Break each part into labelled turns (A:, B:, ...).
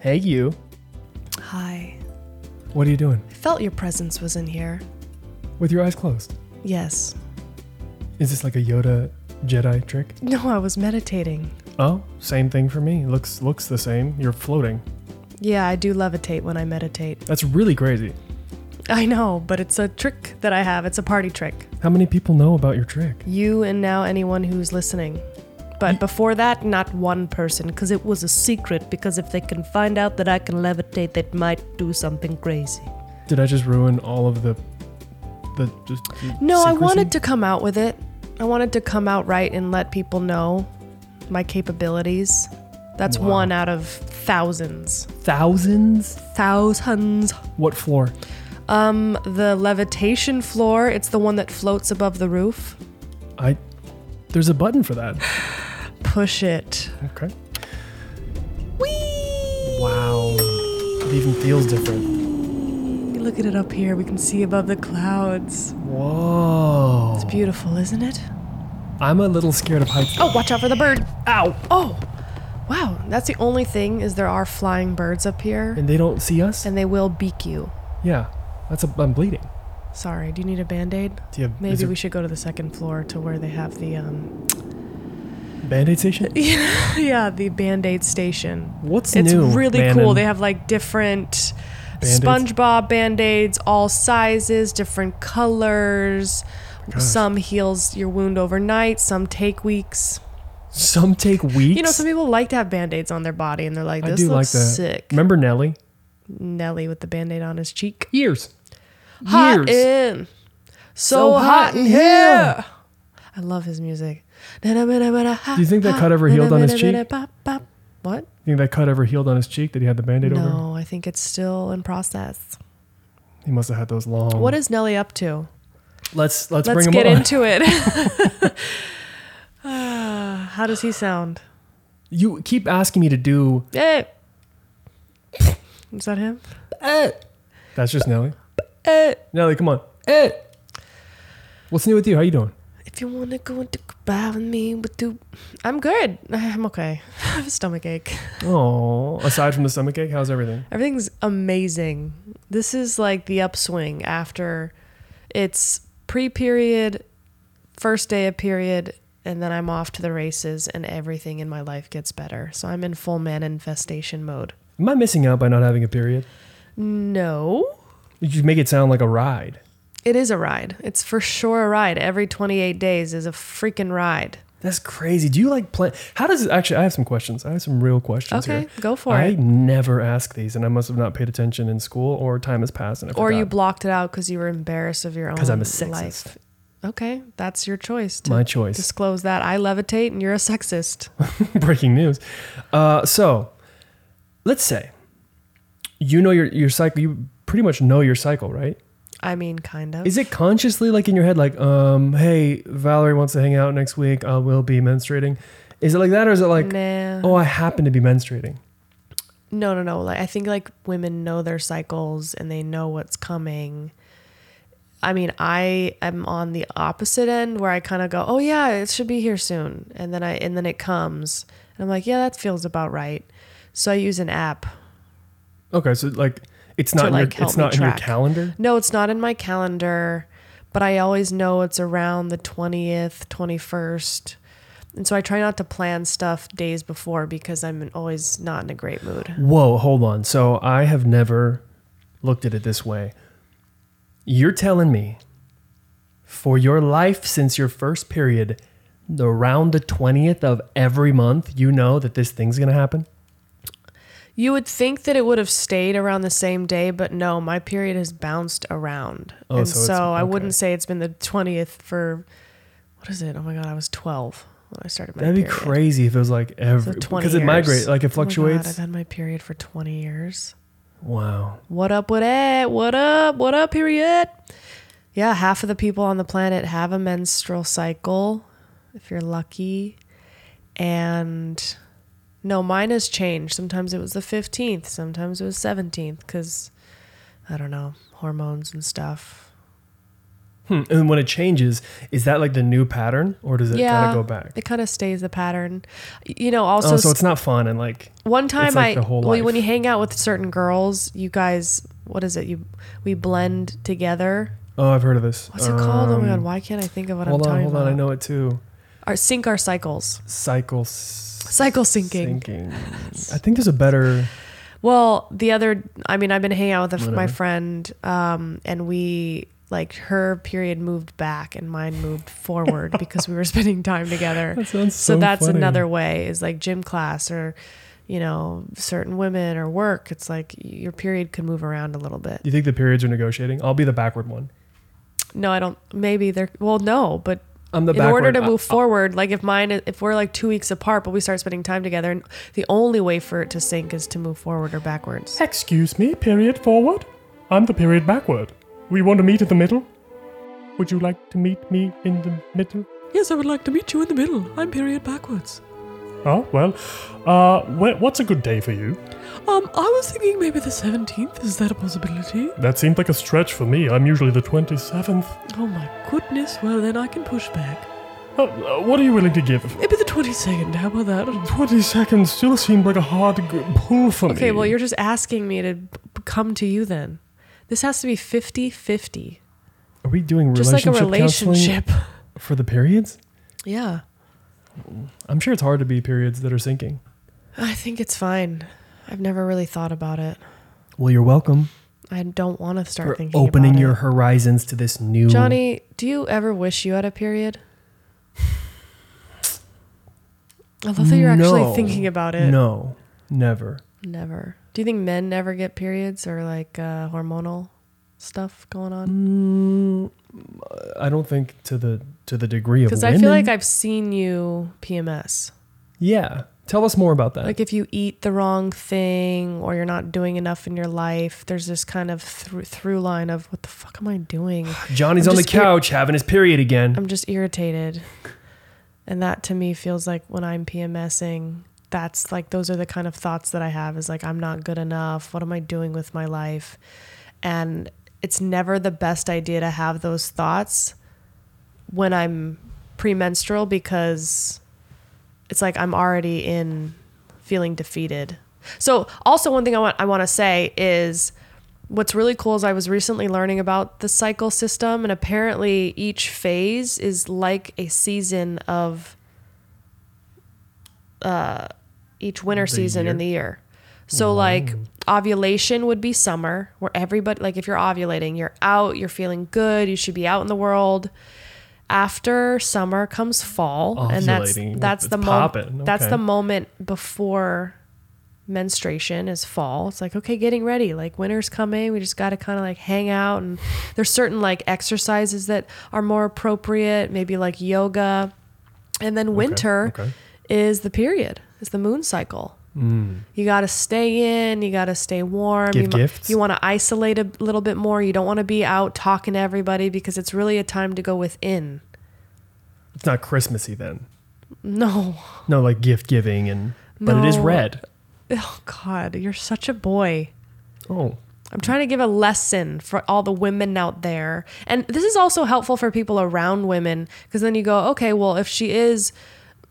A: Hey, you.
B: Hi.
A: What are you doing?
B: I felt your presence was in here.
A: With your eyes closed.
B: Yes.
A: Is this like a Yoda Jedi trick?
B: No, I was meditating.
A: Oh, same thing for me. Looks looks the same. You're floating.
B: Yeah, I do levitate when I meditate.
A: That's really crazy.
B: I know, but it's a trick that I have. It's a party trick.
A: How many people know about your trick?
B: You and now anyone who's listening. But before that, not one person, because it was a secret. Because if they can find out that I can levitate, they might do something crazy.
A: Did I just ruin all of the the just
B: No, I wanted to come out with it. I wanted to come out right and let people know my capabilities. That's
A: Wow.
B: one out of thousands.
A: thousands?
B: Thousands.
A: What floor?
B: Um, the levitation floor, it's the one that floats above the roof.
A: I There's a button for that.
B: Push it.
A: Okay.
B: Whee!
A: Wow. It even feels different.
B: Look at it up here. We can see above the clouds.
A: Whoa.
B: It's beautiful, isn't it?
A: I'm a little scared of heights.
B: Oh, watch out for the bird.
A: Ow.
B: Oh. Wow, that's the only thing is there are flying birds up here
A: And they don't see us?
B: and they will beak you.
A: yeah. That's a I'm bleeding.
B: Sorry, do you need a band-aid?
A: Do you have,
B: Maybe
A: is there
B: we should go to the second floor to where they have the um
A: Band-aid station?
B: yeah, the band-aid station.
A: What's
B: It's
A: new?
B: really
A: Manon?
B: cool. They have like different
A: Band-Aids?
B: SpongeBob band-aids, all sizes, different colors.
A: gosh.
B: Some heals your wound overnight, some take weeks.
A: some take weeks.
B: You know, some people like to have band-aids on their body and they're like,
A: I
B: this
A: do like
B: looks
A: that.
B: sick.
A: Remember Nelly?
B: Nelly with the band-aid on his cheek.
A: Years.
B: Hot
A: Years.
B: in. So, hot, in here. I love his music. Do you
A: think that cut ever healed on his cheek?
B: What?
A: Think that cut ever healed on his cheek? Did he have the band-aid over?
B: No, I think it's still in process.
A: He must have had those long.
B: What is Nelly up to?
A: Let's let's,
B: Let's
A: bring
B: get
A: him on.
B: into it. Ah, How does he sound?
A: You keep asking me to do.
B: Eh. Is that him?
A: Eh. That's just Nelly.
B: Eh.
A: Nelly, come on. Eh. What's new with you? How you doing?
B: If you wanna go and do goodbye with me, but do I'm good. I'm okay. I have a stomach ache.
A: Oh, aside from the stomach ache, how's everything?
B: Everything's amazing. This is like the upswing after it's pre period, first day of period, and then I'm off to the races and everything in my life gets better. So I'm in full manifestation mode.
A: Am I missing out by not having a period?
B: No.
A: You make it sound like a ride.
B: It is a ride. It's for sure a ride. Every 28 days is a freaking ride.
A: That's crazy. Do you like plan? How does it actually? I have some questions. I have some real questions
B: Okay,
A: here.
B: go for
A: I
B: it.
A: never ask these, and I must have not paid attention in school, or time has passed, and I
B: Or
A: forgot.
B: you blocked it out because you were embarrassed of your own
A: 'Cause I'm a sexist.
B: life. Okay, that's your choice. To
A: My choice.
B: Disclose that. I levitate and you're a sexist.
A: Breaking news. Uh, so, let's say you know your your cycle. You pretty much know your cycle, right?
B: I mean, kind of.
A: Is it consciously like in your head, like, um, hey, Valerie wants to hang out next week. I will be menstruating. Is it like that, or is it like,
B: Nah.
A: oh, I happen to be menstruating?
B: No, no, no. Like I think like women know their cycles and they know what's coming. I mean, I am on the opposite end where I kind of go, "Oh yeah, it should be here soon." And then I and then it comes. And I'm like, "Yeah, that feels about right." So I use an app.
A: Okay, so like, it's not in
B: like,
A: your,
B: help
A: it's
B: me
A: not in your
B: track.
A: calendar.
B: No, it's not in my calendar, but I always know it's around the 20th, 21st. And so I try not to plan stuff days before because I'm always not in a great mood.
A: Whoa, hold on. So I have never looked at it this way. You're telling me for your life since your first period, around the 20th of every month, you know that this thing's going to happen?
B: You would think that it would have stayed around the same day, but no, my period has bounced around.
A: Oh,
B: and
A: so
B: so,
A: it's-
B: I
A: okay.
B: wouldn't say it's been the 20th for what is it? Oh my god, I was 12 when I started my
A: That'd be
B: period.
A: crazy if it was like
B: So
A: every
B: 20
A: because it
B: years.
A: migrates, like it
B: Oh my god, I've
A: fluctuates.
B: had my period for 20 years.
A: wow.
B: What up what up? What up? What up period? Yeah, half of the people on the planet have a menstrual cycle if you're lucky. And no, mine has changed. Sometimes it was the 15th, sometimes it was 17th cuz I don't know, hormones and stuff.
A: Hmm. And when it changes, is that like the new pattern or does it kind of go back?
B: It kind of stays the pattern. Y- You know, also
A: oh, so it's not fun and like
B: one time
A: like
B: I
A: the whole
B: well, when
A: life.
B: you hang out with certain girls, you guys what is it? You we blend together.
A: oh, I've heard of this.
B: What's it called? Oh my god,
A: Um,
B: why can't I think of what
A: Hold
B: I'm
A: on,
B: talking
A: hold
B: about?
A: on. I know it too.
B: Our sync our cycles.
A: Cycle. s-
B: Cycle syncing.
A: Sinking. I think there's a better.
B: Well, the other, I mean, I've been hanging out with a, my
A: Whatever.
B: friend, um, and we like her period moved back and mine moved forward because we were spending time together.
A: That sounds
B: So,
A: so
B: that's
A: funny.
B: another way is like gym class or, you know, certain women or work. It's like your period could move around a little bit.
A: You think the periods are negotiating? I'll be the backward one.
B: No, I don't. Maybe they're well, no, but
A: I'm the
B: in order
A: backward-
B: to
A: I-
B: move forward, like if mine, if we're like two weeks apart, but we start spending time together, and the only way for it to sync is to move forward or backwards.
C: Excuse me, period forward? I'm the period backward. We want to meet in the middle? Would you like to meet me in the middle?
D: Yes, I would like to meet you in the middle. I'm period backwards.
C: Oh, well, uh, wh- what's a good day for you?
D: Um, I was thinking maybe the 17th. Is that a possibility?
C: That seemed like a stretch for me. I'm usually the 27th.
D: Oh my goodness. Well, then I can push back.
C: Uh, uh, what are you willing to give?
D: Maybe the 22nd. How about that?
C: 20 seconds still seemed like a hard g- pull for me.
B: Okay, well, you're just asking me to b- come to you then. This has to be 50 50.
A: Are we doing
B: Just like a
A: relationship, counseling
B: relationship.
A: for the periods?
B: Yeah.
A: I'm sure it's hard to be periods that are sinking.
B: I think it's fine. I've never really thought about it.
A: Well, you're welcome
B: I don't want to start
A: for
B: thinking
A: opening
B: about
A: your
B: it.
A: horizons to this new
B: Johnny, do you ever wish you had a period? I love that you're actually
A: No.
B: thinking about it.
A: No, never.
B: Never. Do you think men never get periods or like uh, hormonal stuff going on?
A: Mm, I don't think to the to the degree of
B: Because I feel like I've seen you PMS.
A: yeah. Tell us more about that.
B: Like if you eat the wrong thing or you're not doing enough in your life, there's this kind of thr through line of what the fuck am I doing?
A: Johnny's
B: I'm
A: on the
B: just cur-
A: couch having his period again.
B: I'm just irritated. And that to me feels like when I'm PMSing, that's like those are the kind of thoughts that I have is like I'm not good enough. What am I doing with my life? And it's never the best idea to have those thoughts when I'm premenstrual because it's like I'm already in feeling defeated. So also one thing I want I want to say is what's really cool is I was recently learning about the cycle system and apparently each phase is like a season of uh each winter season in
A: year?
B: the year. So like ovulation would be summer where everybody like if you're ovulating, you're out, you're feeling good, you should be out in the world. After summer comes fall and that's
A: Ovulating,
B: that's
A: Oh, it's
B: the
A: poppin',
B: moment that's
A: okay.
B: the moment before menstruation is fall. It's like, okay, getting ready. Like winter's coming. We just got to kind of like hang out. And there's certain like exercises that are more appropriate, maybe like yoga. And then winter
A: okay.
B: is the period, it's the moon cycle. You got to stay in, you got to stay warm.
A: Mm. Give
B: you
A: gifts.
B: You want to isolate a little bit more. You don't want to be out talking to everybody because it's really a time to go within.
A: It's not Christmassy then.
B: No.
A: No, like gift giving and but it is
B: No.
A: red.
B: Oh, God, you're such a boy.
A: Oh,
B: I'm trying to give a lesson for all the women out there. And this is also helpful for people around women because then you go, okay, well, if she is,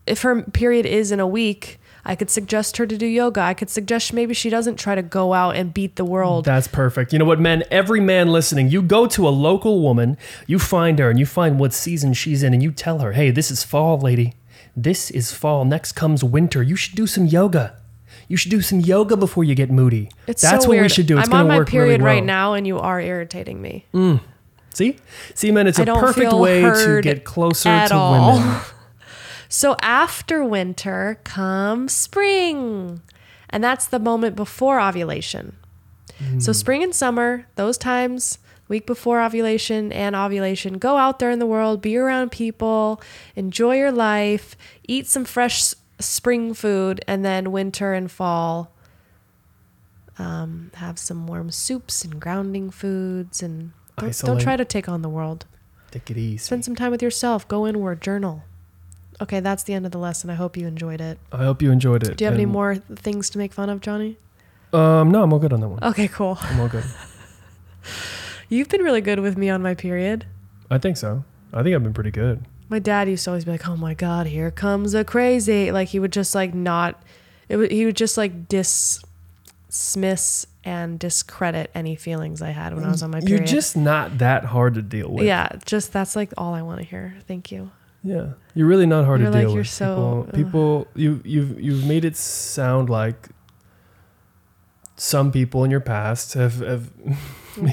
B: if her period is in a week, I could suggest her to do yoga. I could suggest maybe she doesn't try to go out and beat the world.
A: That's perfect. You know what, men? Every man listening, you go to a local woman, you find her, and you find what season she's in, and you tell her, hey, this is fall, lady. This is fall. Next comes winter. You should do some yoga. You should do some yoga before you get moody.
B: It's
A: That's
B: so
A: what
B: weird.
A: we should do. It's
B: I'm
A: going
B: on
A: to
B: my
A: work really
B: period
A: well.
B: right now, and you are irritating me.
A: See, see, men, it's
B: I
A: a
B: don't
A: perfect
B: feel
A: way to
B: heard
A: get closer
B: at
A: to
B: all.
A: women.
B: So after winter comes spring. And that's the moment before ovulation. So
A: Hmm.
B: spring and summer, those times, week before ovulation and ovulation, go out there in the world, be around people, enjoy your life, eat some fresh s- spring food, and then winter and fall, um, have some warm soups and grounding foods, and don't, don't
A: Isolate.
B: try to take on the world.
A: Take it easy.
B: Spend some time with yourself. Go inward. Journal. Okay, that's the end of the lesson. I hope you enjoyed it.
A: I hope you enjoyed it.
B: Do you have any
A: And,
B: more things to make fun of, Johnny?
A: Um, no, I'm all good
B: Oh.
A: on that one.
B: Okay, cool.
A: I'm all good.
B: You've been really good with me on my period.
A: I think so. I think I've been pretty good.
B: My dad used to always be like, "Oh my God, here comes a crazy!" Like he would just like not, it would, he would just like dismiss and discredit any feelings I had when I was on my period.
A: You're just not that hard to deal with.
B: yeah, just that's like all I want to hear. Thank you.
A: Yeah. You're really not hard
B: You're
A: to deal with.
B: like, you're so-
A: people, people you you've you've made it sound like some people in your past have, have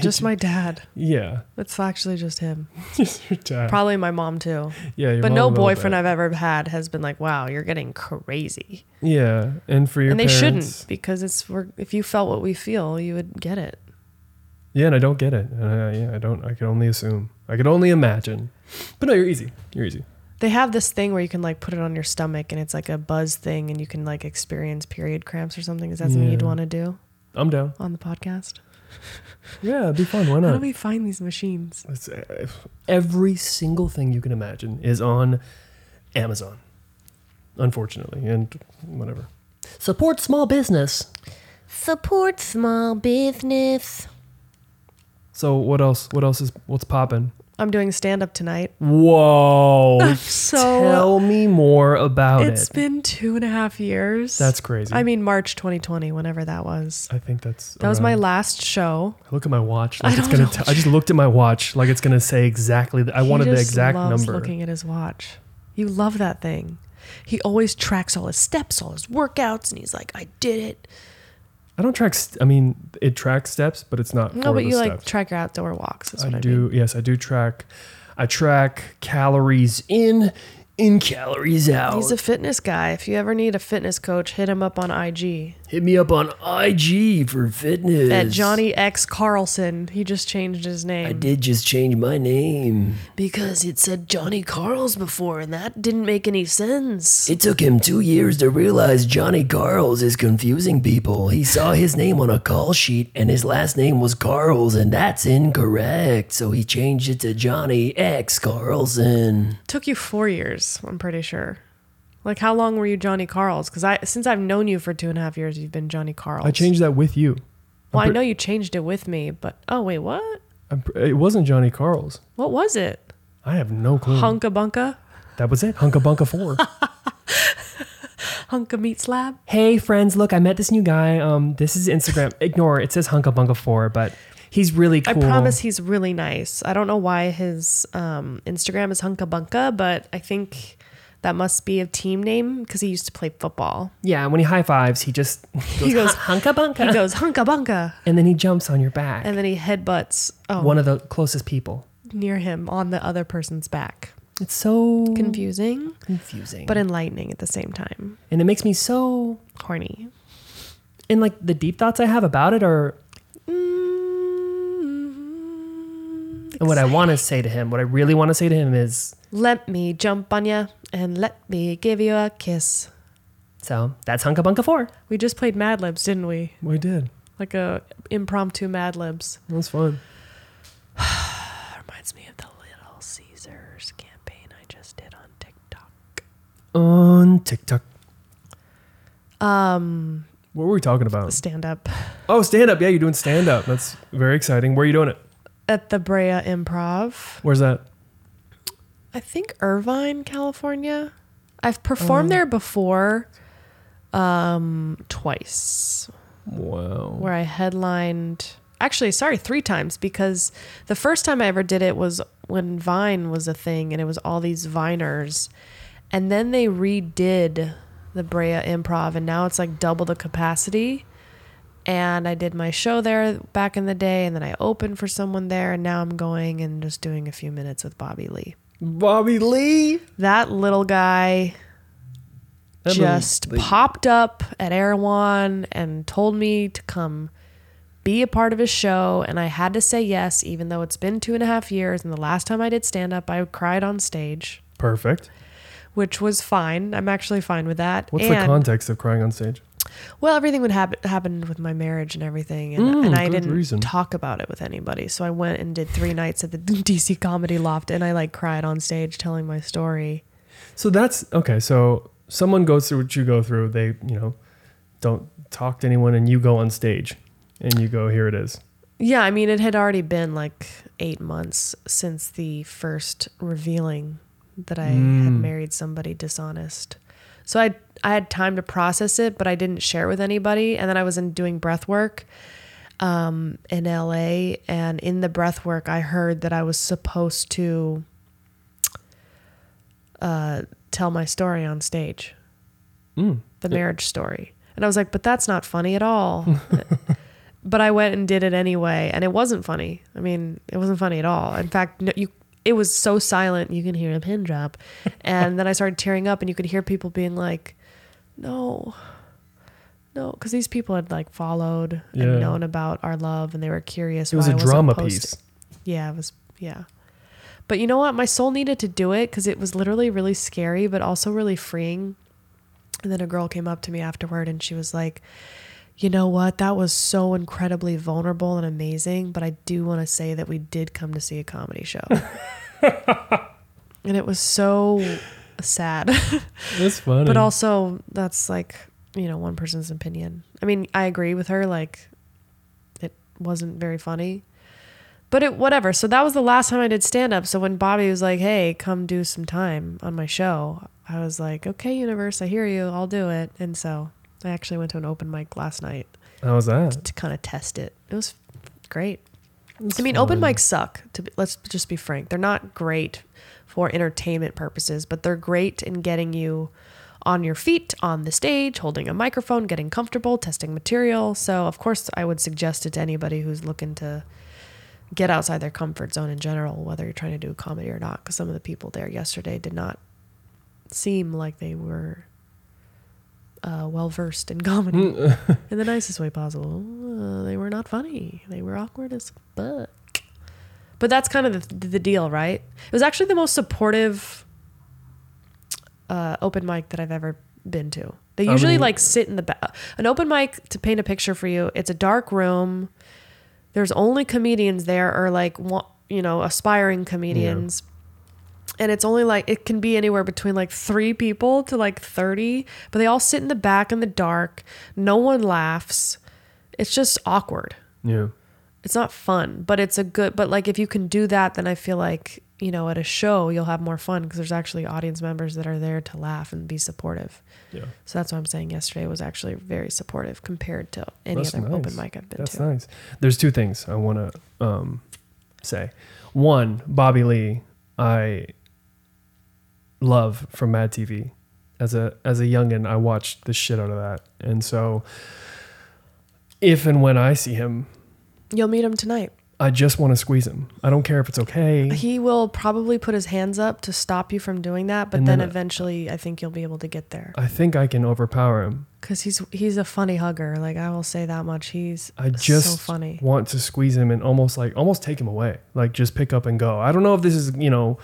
B: Just my dad.
A: yeah.
B: It's actually just him.
A: Just your dad.
B: Probably my mom too.
A: yeah, your
B: But
A: mom
B: no
A: and all
B: boyfriend
A: that.
B: I've ever had has been like, "Wow, you're getting crazy,"
A: Yeah, and for your
B: and they
A: parents-
B: shouldn't because it's we're, if you felt what we feel, you would get it.
A: Yeah, and I don't get it. And I, yeah, I don't. I can only assume. I could only imagine. But no, you're easy. You're easy.
B: They have this thing where you can like put it on your stomach and it's like a buzz thing and you can like experience period cramps or something. Is that something you'd
A: Yeah.
B: want to do
A: I'm down.
B: on the podcast?
A: Yeah, it'd be fun. Why
B: How do
A: not?
B: we find these machines?
A: It's, uh, every single thing you can imagine is on Amazon, unfortunately, and whatever. Support small business.
E: Support small business.
A: So what else? What else is what's popping?
B: I'm doing stand up tonight.
A: Whoa!
B: So
A: Tell me more about
B: it's
A: it.
B: been two and a half years.
A: That's crazy.
B: I mean, March 2020, whenever that was.
A: I think that's
B: That was my
A: around-
B: last show.
A: I Look at my watch.
B: I
A: Like it's
B: don't
A: gonna.
B: know.
A: T- I just looked at my watch. Like it's gonna say exactly. The, I
B: He
A: wanted the
B: just
A: exact
B: loves
A: number.
B: Looking at his watch, you love that thing. He always tracks all his steps, all his workouts, and he's like, "I did it."
A: I don't track. St- I mean, it tracks steps, but it's not.
B: No,
A: for
B: but
A: the
B: you like
A: steps.
B: track your outdoor walks. Is
A: I
B: what I, mean.
A: do. Yes, I do track. I track calories in, in calories out.
B: He's a fitness guy. If you ever need a fitness coach, hit him up on IG
A: Hit me up on IG for fitness.
B: at Johnny X Carlson. He just changed his name.
A: I did just change my name.
B: because it said Johnny Carls before, and that didn't make any sense.
A: It took him two years to realize Johnny Carls is confusing people. He saw his name on a call sheet and his last name was Carls, and that's incorrect. So he changed it to Johnny X Carlson.
B: took you four years. I'm pretty sure. Like how long were you Johnny Carls? Because I since I've known you for two and a half years, you've been Johnny Carls.
A: I changed that with you.
B: Well, I
A: pre-
B: know you changed it with me, but oh wait, what?
A: I'm pr- it wasn't Johnny Carls.
B: What was it?
A: I have no clue.
B: Hunka bunka,
A: that was it. Hunka Bunka 4.
B: hunka meat slab.
A: hey, friends, look, I met this new guy. Um, This is Instagram. Ignore it. It says Hunka Bunka 4, but he's really
B: I
A: cool.
B: promise he's really nice. I don't know why his um, Instagram is hunka bunka, but I think that must be a team name because he used to play football.
A: Yeah, when he high fives, he just he goes, Hunka Bunka.
B: He goes hunka bunka,
A: and then he jumps on your back.
B: and then he headbutts oh,
A: one of the closest people.
B: near him on the other person's back.
A: It's so
B: Confusing,
A: confusing.
B: but enlightening at the same time.
A: and it makes me so
B: Horny.
A: and like the deep thoughts I have about it are
B: Mm-hmm.
A: and what I want to say to him, what I really want to say to him is
B: Let me jump on ya and let me give you a kiss.
A: so that's Hunka Bunka 4.
B: We just played Mad Libs, didn't we?
A: We did.
B: Like a impromptu Mad Libs.
A: That was fun.
B: That reminds me of the Little Caesars campaign I just did on TikTok.
A: On TikTok.
B: Um,
A: What were we talking about?
B: stand up
A: Oh, stand up. Yeah, you're doing stand up. That's very exciting. Where are you doing it?
B: at the Brea Improv.
A: Where's that?
B: I think Irvine, California. I've performed there before, um, twice.
A: Wow.
B: where I headlined. Actually, sorry, three times because the first time I ever did it was when Vine was a thing and it was all these Viners. And then they redid the Brea Improv and now it's like double the capacity. And I did my show there back in the day and then I opened for someone there and now I'm going and just doing a few minutes with Bobby Lee.
A: Bobby Lee.
B: That little guy
A: That little
B: just popped up at Erewhon and told me to come be a part of his show. And I had to say yes, even though it's been two and a half years. And the last time I did stand up, I cried on stage,
A: Perfect.
B: which was fine. I'm actually fine with that.
A: What's the
B: and,
A: context of crying on stage?
B: Well, everything would happen happened with my marriage and everything, and, and I
A: Mm, good
B: didn't
A: reason.
B: talk about it with anybody. So I went and did three nights at the DC Comedy Loft, and I like cried on stage telling my story.
A: So that's okay. So someone goes through what you go through. They, you know, don't talk to anyone, and you go on stage, and you go, "Here it is."
B: Yeah, I mean, it had already been like eight months since the first revealing that I had married somebody dishonest. So I I had time to process it, but I didn't share it with anybody. And then I was in doing breath work um, in LA, and in the breath work, I heard that I was supposed to uh, tell my story on stage,
A: Mm.
B: the marriage story. And I was like, but that's not funny at all but I went and did it anyway, and it wasn't funny. I mean, it wasn't funny at all. In fact, no, you it was so silent you can hear a pin drop, and then I started tearing up, and you could hear people being like, "No, no," because these people had like followed
A: Yeah.
B: and known about our love, and they were curious.
A: It was a
B: why I wasn't
A: drama
B: posting.
A: piece.
B: Yeah, it was. Yeah. But you know what? My soul needed to do it because it was literally really scary, but also really freeing. And then a girl came up to me afterward and she was like, You know what? That was so incredibly vulnerable and amazing. But I do want to say that we did come to see a comedy show. and it was so sad.
A: That's funny.
B: but also, that's like, you know, one person's opinion. I mean, I agree with her. Like, it wasn't very funny. But it whatever. So that was the last time I did stand up. So when Bobby was like, "Hey, come do some time on my show," I was like, "Okay, universe, I hear you. I'll do it." And so I actually went to an open mic last night
A: how was that?
B: to kind of test it. It was great. I mean, open mics suck. To be, let's just be frank, they're not great for entertainment purposes, but they're great in getting you on your feet on the stage, holding a microphone, getting comfortable, testing material. So, of course, I would suggest it to anybody who's looking to get outside their comfort zone in general, whether you're trying to do comedy or not. Because some of the people there yesterday did not seem like they were uh, well versed in comedy
A: Hmm. Mm,
B: in the nicest way possible. Uh, they were not funny. They were awkward as fuck. But that's kind of the, the deal, right? It was actually the most supportive uh, open mic that I've ever been to. They
A: How
B: usually
A: many-
B: like sit in the back. An open mic, to paint a picture for you, it's a dark room. There's only comedians there, or like, wa- you know, aspiring comedians and it's only like it can be anywhere between like three people to like 30 but they all sit in the back in the dark no one laughs it's just awkward
A: Yeah.
B: it's not fun but it's a good but like if you can do that then i feel like you know at a show you'll have more fun because there's actually audience members that are there to laugh and be supportive
A: Yeah.
B: so that's what i'm saying yesterday was actually very supportive compared to any
A: That's
B: other
A: nice.
B: open mic i've been
A: That's
B: to
A: nice. There's two things I want to um, say. One, Bobby Lee, I love from Mad TV. As a as a youngin, I watched the shit out of that, and so if and when I see him,
B: you'll meet him tonight
A: I just want to squeeze him. I don't care if it's okay.
B: he will probably put his hands up to stop you from doing that but
A: And
B: then,
A: then- uh,
B: eventually i think you'll be able to get there
A: I think I can overpower him.
B: Cause he's he's a funny hugger. Like I will say that much. He's
A: I just
B: so funny.
A: want to squeeze him and almost like almost take him away, like just pick up and go. I don't know if this is you know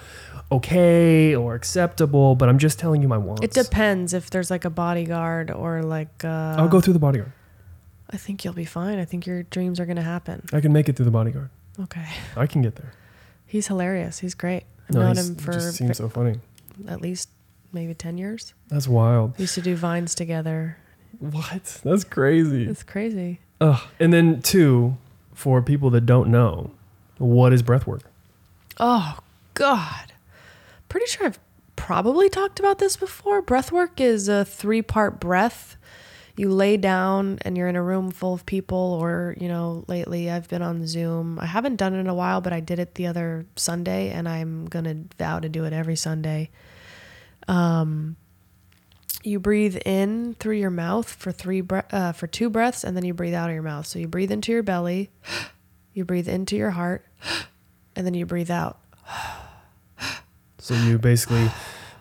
A: okay or acceptable, but I'm just telling you my wants.
B: It depends if there's like a bodyguard or like. Uh,
A: I'll go through the bodyguard.
B: I think you'll be fine. I think your dreams are gonna happen.
A: I can make it through the bodyguard.
B: Okay.
A: I can get there.
B: He's hilarious. He's great. I've
A: No,
B: known
A: he's-
B: him
A: he
B: for
A: just seems so funny.
B: at least maybe ten years.
A: That's wild.
B: We used to do vines together.
A: What? That's crazy.
B: It's crazy.
A: Ugh. And then two, for people that don't know, what is breath work?
B: Oh God. Pretty sure I've probably talked about this before. Breathwork is a three part breath. You lay down and you're in a room full of people, or, you know, lately I've been on Zoom. I haven't done it in a while, but I did it the other Sunday and I'm going to vow to do it every Sunday. Um, You breathe in through your mouth for three bre- uh, for two breaths and then you breathe out of your mouth. So you breathe into your belly, you breathe into your heart, and then you breathe out.
A: So you basically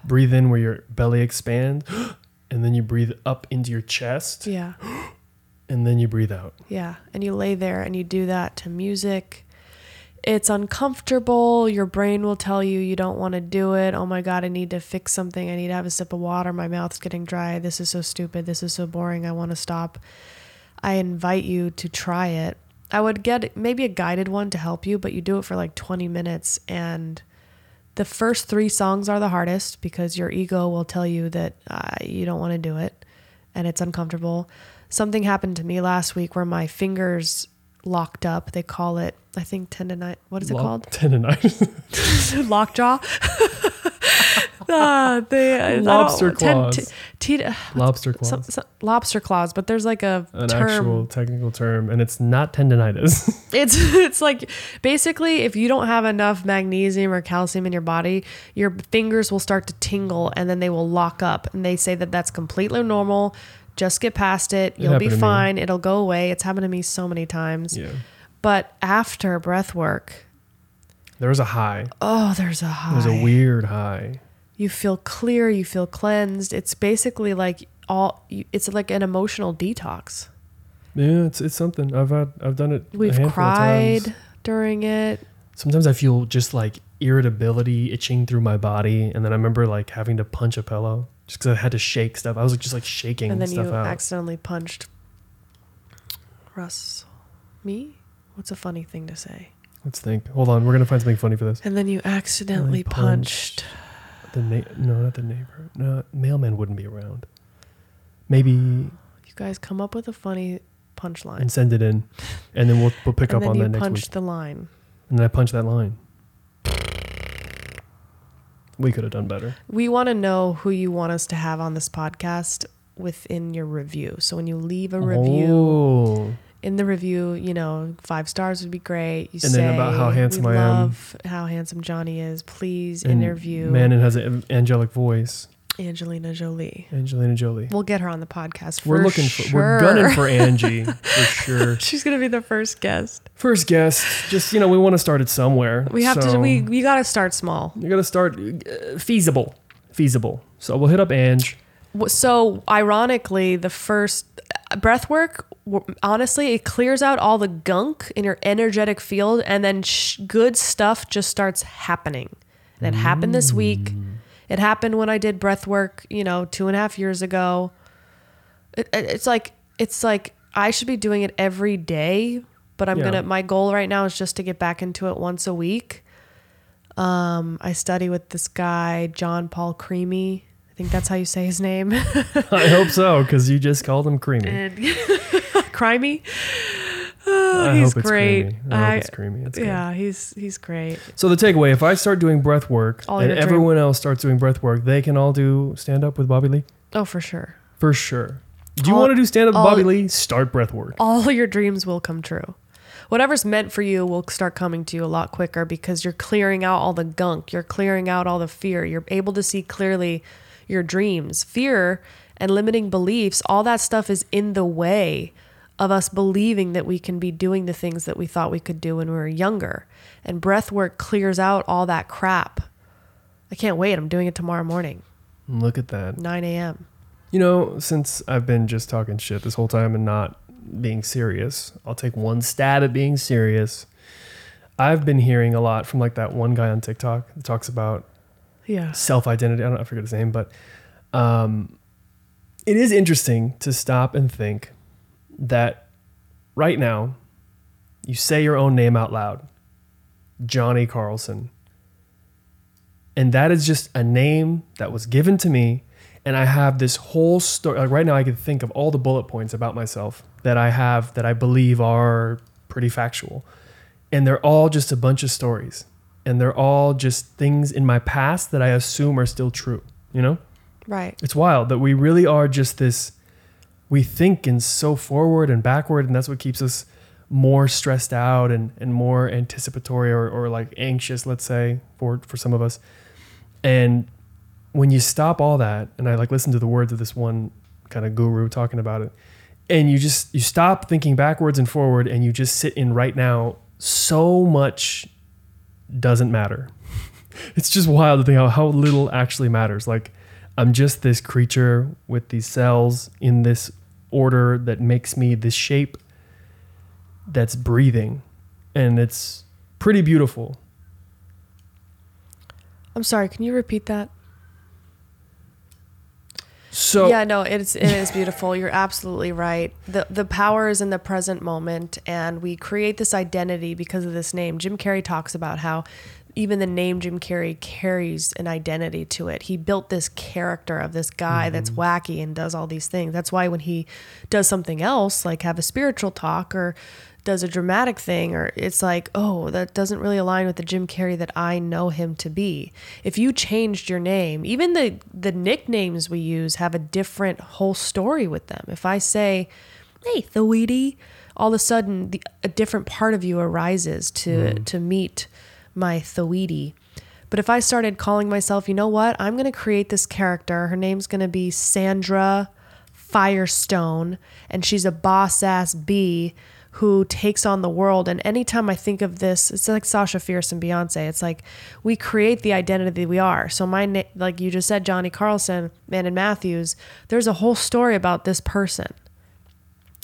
A: breathe in where your belly expands, and then you breathe up into your chest,
B: Yeah.
A: and then you breathe out.
B: Yeah. And you lay there and you do that to music. It's uncomfortable. Your brain will tell you you don't want to do it. Oh my God, I need to fix something. I need to have a sip of water. My mouth's getting dry. This is so stupid. This is so boring. I want to stop. I invite you to try it. I would get maybe a guided one to help you, but you do it for like 20 minutes. And the first three songs are the hardest because your ego will tell you that uh, you don't want to do it and it's uncomfortable. Something happened to me last week where my fingers locked up. They call it, I think, tendonite. What is it called?
A: Tendonitis.
B: Lockjaw. uh, they, I don't-
A: Lobster
B: ten-
A: claws.
B: te- te-
A: Lobster claws.
B: some, some, lobster claws, but there's like a
A: an
B: term.
A: actual technical term, and it's not tendonitis.
B: It's it's like basically if you don't have enough magnesium or calcium in your body, your fingers will start to tingle and then they will lock up. And they say that that's completely normal. Just get past it. You'll be
A: happened to me.
B: fine. It'll go away. It's happened to me so many times.
A: yeah,
B: But after breath work,
A: there was a high.
B: oh, there's a high.
A: There was a weird high.
B: you feel clear. You feel cleansed. It's basically like all. you- It's like an emotional detox.
A: Yeah, it's it's something. I've had, I've done it. a
B: We've
A: handful of times.
B: cried during it.
A: Sometimes I feel just like irritability itching through my body, and then I remember like having to punch a pillow just because I had to shake stuff. I was like just like shaking
B: and then
A: stuff
B: you
A: out.
B: accidentally punched Russ. Me? What's a funny thing to say?
A: Let's think. Hold on, we're gonna find something funny for this.
B: And then you accidentally
A: punched-
B: punched.
A: The na- no, not the neighbor. No, mailman wouldn't be around. Maybe
B: You guys come up with a funny punchline.
A: and send it in, and then we'll we'll pick
B: and
A: up
B: then
A: on
B: you
A: that next week.
B: punched the line.
A: And then I punch that line. We could have done better.
B: We want to know who you want us to have on this podcast within your review. So when you leave a review,
A: Oh.
B: in the review, you know, five stars would be great. You
A: And
B: say
A: then about how handsome
B: we
A: I am."
B: love how handsome Johnny is. Please
A: And
B: interview
A: Manon has an angelic voice.
B: Angelina Jolie.
A: Angelina Jolie.
B: We'll get her on the podcast. For
A: we're looking for we're gunning for Angie for sure.
B: She's gonna be the first guest.
A: First guest, just you know, we want to start it somewhere.
B: We have to.
A: so
B: We we gotta start small.
A: you got to start uh, feasible, feasible. So we'll hit up Ange.
B: W- So ironically, the first uh, breath work, w- honestly, it clears out all the gunk in your energetic field, and then sh- good stuff just starts happening. And it happened this week. It happened when I did breath work. You know, two and a half years ago. It, it- it's like it's like I should be doing it every day, but I'm
A: Yeah.
B: gonna. My goal right now is just to get back into it once a week. Um, I study with this guy John Paul Creamy. I think that's how you say his name.
A: I hope so because you just called him creamy.
B: Creamy. Oh,
A: I
B: he's
A: hope it's
B: great.
A: creamy. I hope it's creamy. It's good.
B: yeah, he's he's great.
A: So the takeaway: if I start doing breath work
B: All
A: and
B: your dream-
A: everyone else starts doing breath work, they can all do stand up with Bobby Lee
B: Oh, for sure.
A: for sure. Do you
B: All-
A: want to do stand up with
B: all-
A: Bobby Lee? Start breath work.
B: All your dreams will come true. Whatever's meant for you will start coming to you a lot quicker because you're clearing out all the gunk. You're clearing out all the fear. You're able to see clearly your dreams. Fear and limiting beliefs, all that stuff is in the way of us believing that we can be doing the things that we thought we could do when we were younger. And breath work clears out all that crap. I can't wait. I'm doing it tomorrow morning,
A: Look at that.
B: 9 a.m.
A: You know, since I've been just talking shit this whole time and not being serious, I'll take one stab at being serious. I've been hearing a lot from like that one guy on TikTok that talks about
B: Yeah.
A: self identity. I don't I forget his name, but um, it is interesting to stop and think that right now you say your own name out loud, Johnny Carlson, and that is just a name that was given to me, and I have this whole story. Like right now, I can think of all the bullet points about myself that I have that I believe are pretty factual, and they're all just a bunch of stories and they're all just things in my past that I assume are still true. You know,
B: Right.
A: it's wild that we really are just this. We think and so forward and backward, and that's what keeps us more stressed out and and more anticipatory or, or like anxious, let's say, for for some of us. And when you stop all that, and I like listen to the words of this one kind of guru talking about it, and you just you stop thinking backwards and forward, and you just sit in right now. So much doesn't matter. it's just wild to think how, how little actually matters. Like, I'm just this creature with these cells in this order that makes me this shape that's breathing. And it's pretty beautiful.
B: I'm sorry. Can you repeat that?
A: So,
B: yeah, no, it's it is beautiful. You're absolutely right. the The power is in the present moment, and we create this identity because of this name. Jim Carrey talks about how even the name Jim Carrey carries an identity to it. He built this character of this guy that's wacky and does all these things. That's why when he does something else, like have a spiritual talk or does a dramatic thing or it's like, oh, that doesn't really align with the Jim Carrey that I know him to be. If you changed your name, even the the nicknames we use have a different whole story with them. If I say, hey, the Weedy, all of a sudden the, a different part of you arises to to meet my Thweedy. But if I started calling myself, you know what? I'm going to create this character. Her name's going to be Sandra Firestone, and she's a boss ass bee who takes on the world. And anytime I think of this, it's like Sasha Fierce and Beyonce. It's like we create the identity we are. So my na- like you just said, Johnny Carlson, Manon Matthews. There's a whole story about this person.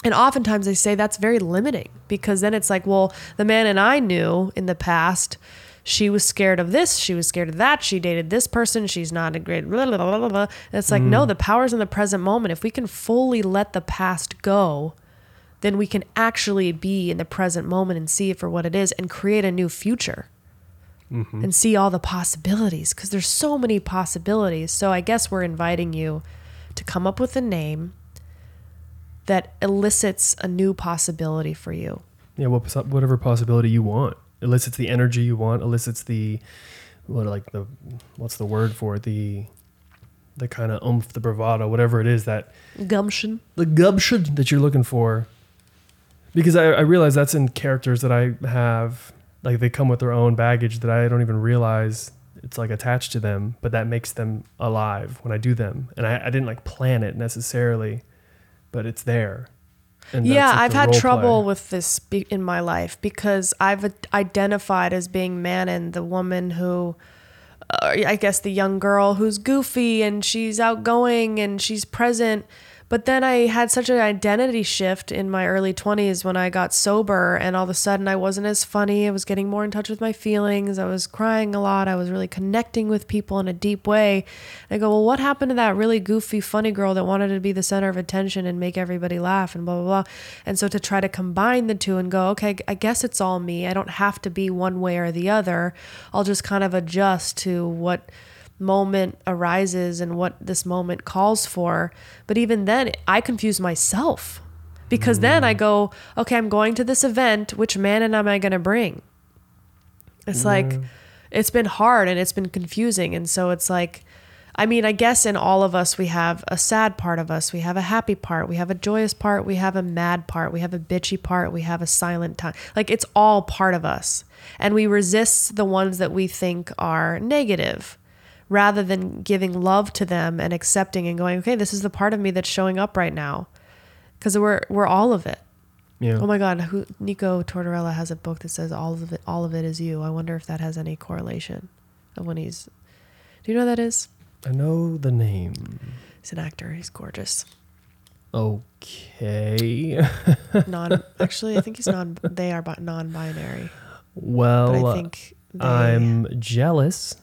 B: And oftentimes they say that's very limiting because then it's like, well, the man and I knew in the past, she was scared of this, she was scared of that, she dated this person, she's not a great. Blah, blah, blah, blah, blah. And it's like, no, the power's in the present moment. If we can fully let the past go, then we can actually be in the present moment and see it for what it is and create a new future and see all the possibilities because there's so many possibilities. So I guess we're inviting you to come up with a name that elicits a new possibility for you.
A: Yeah, what, pos- whatever possibility you want elicits the energy you want, elicits the what like the what's the word for it? The the kind of oomph, the bravado, whatever it is that
B: Gumption.
A: the gumption that you're looking for. Because I, I realize that's in characters that I have, like they come with their own baggage that I don't even realize it's like attached to them, but that makes them alive when I do them. And I, I didn't like plan it necessarily, but it's there. And that's,
B: yeah,
A: like,
B: I've
A: the
B: had
A: role
B: trouble
A: play.
B: with this be- in my life because I've ad- identified as being Manon, the woman who, uh, I guess, the young girl who's goofy and she's outgoing and she's present. But then I had such an identity shift in my early 20s when I got sober, and all of a sudden I wasn't as funny. I was getting more in touch with my feelings. I was crying a lot. I was really connecting with people in a deep way. And I go, Well, what happened to that really goofy, funny girl that wanted to be the center of attention and make everybody laugh and blah, blah, blah? And so to try to combine the two and go, Okay, I guess it's all me. I don't have to be one way or the other. I'll just kind of adjust to what moment arises and what this moment calls for. But even then, I confuse myself because then I go, okay, I'm going to this event. Which man am I going to bring? It's like, it's been hard and it's been confusing. And so it's like, I mean, I guess in all of us, we have a sad part of us, we have a happy part, we have a joyous part, we have a mad part, we have a bitchy part, we have a silent time. Like it's all part of us. And we resist the ones that we think are negative rather than giving love to them and accepting and going, okay, this is the part of me that's showing up right now. Because we're, we're all of it.
A: yeah.
B: Oh my God, who, Nico Tortorella has a book that says all of it, all of it is you. I wonder if that has any correlation of when he's. Do you know who that is?
A: I know the name.
B: He's an actor. He's gorgeous.
A: Okay.
B: Non, actually, I think he's non. They are bi- non-binary, but
A: Well,
B: I think they,
A: Oh, uh, I'm jealous.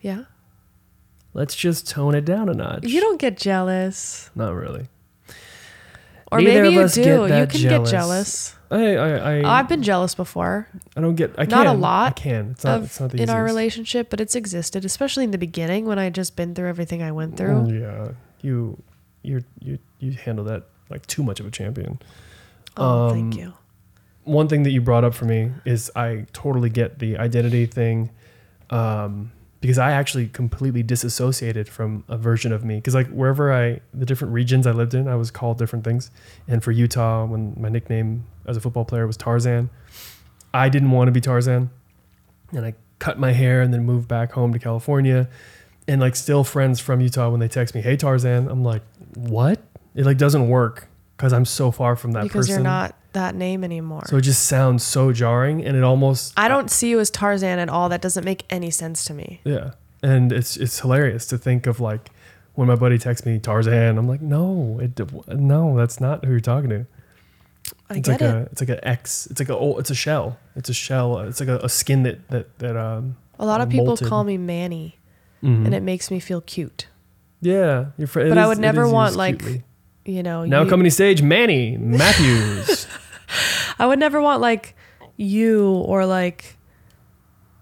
B: Yeah,
A: Let's just tone it down a notch.
B: you don't get jealous,
A: Not really.
B: or
A: Neither
B: maybe
A: of
B: you
A: us
B: do.
A: get
B: You
A: that
B: can
A: jealous.
B: get jealous.
A: I I I,
B: I've been jealous before.
A: I don't get. I
B: not a
A: can.
B: lot
A: I can. It's not.
B: of-
A: It's not the
B: in our
A: easiest.
B: relationship, but it's existed, especially in the beginning when I had just been through everything I went through.
A: Oh, Yeah, you you you you handle that like too much of a champion.
B: Oh,
A: Um,
B: thank you.
A: one thing that you brought up for me is I totally get the identity thing um, because I actually completely disassociated from a version of me because like wherever I the different regions I lived in I was called different things and for Utah when my nickname as a football player was Tarzan I didn't want to be Tarzan and I cut my hair and then moved back home to California and like still friends from Utah when they text me hey Tarzan I'm like what it like doesn't work because I'm so far from that
B: because
A: person
B: you're not that name anymore.
A: so it just sounds so jarring, and it almost
B: I don't see you as Tarzan at all. That doesn't make any sense to me.
A: yeah, and it's it's hilarious to think of like when my buddy texts me Tarzan, I'm like, no, it no, that's not who you're talking to.
B: I
A: It's
B: get
A: like
B: it.
A: a it's like an X, it's like a oh, it's a shell, it's a shell, it's like a, a skin that that that um
B: A, lot of people
A: molted.
B: call me Manny,
A: Hmm.
B: and it makes me feel cute.
A: yeah, your friend.
B: But I would never want, like, You know.
A: now
B: you-
A: coming to stage Manny Matthews.
B: I would never want like you or like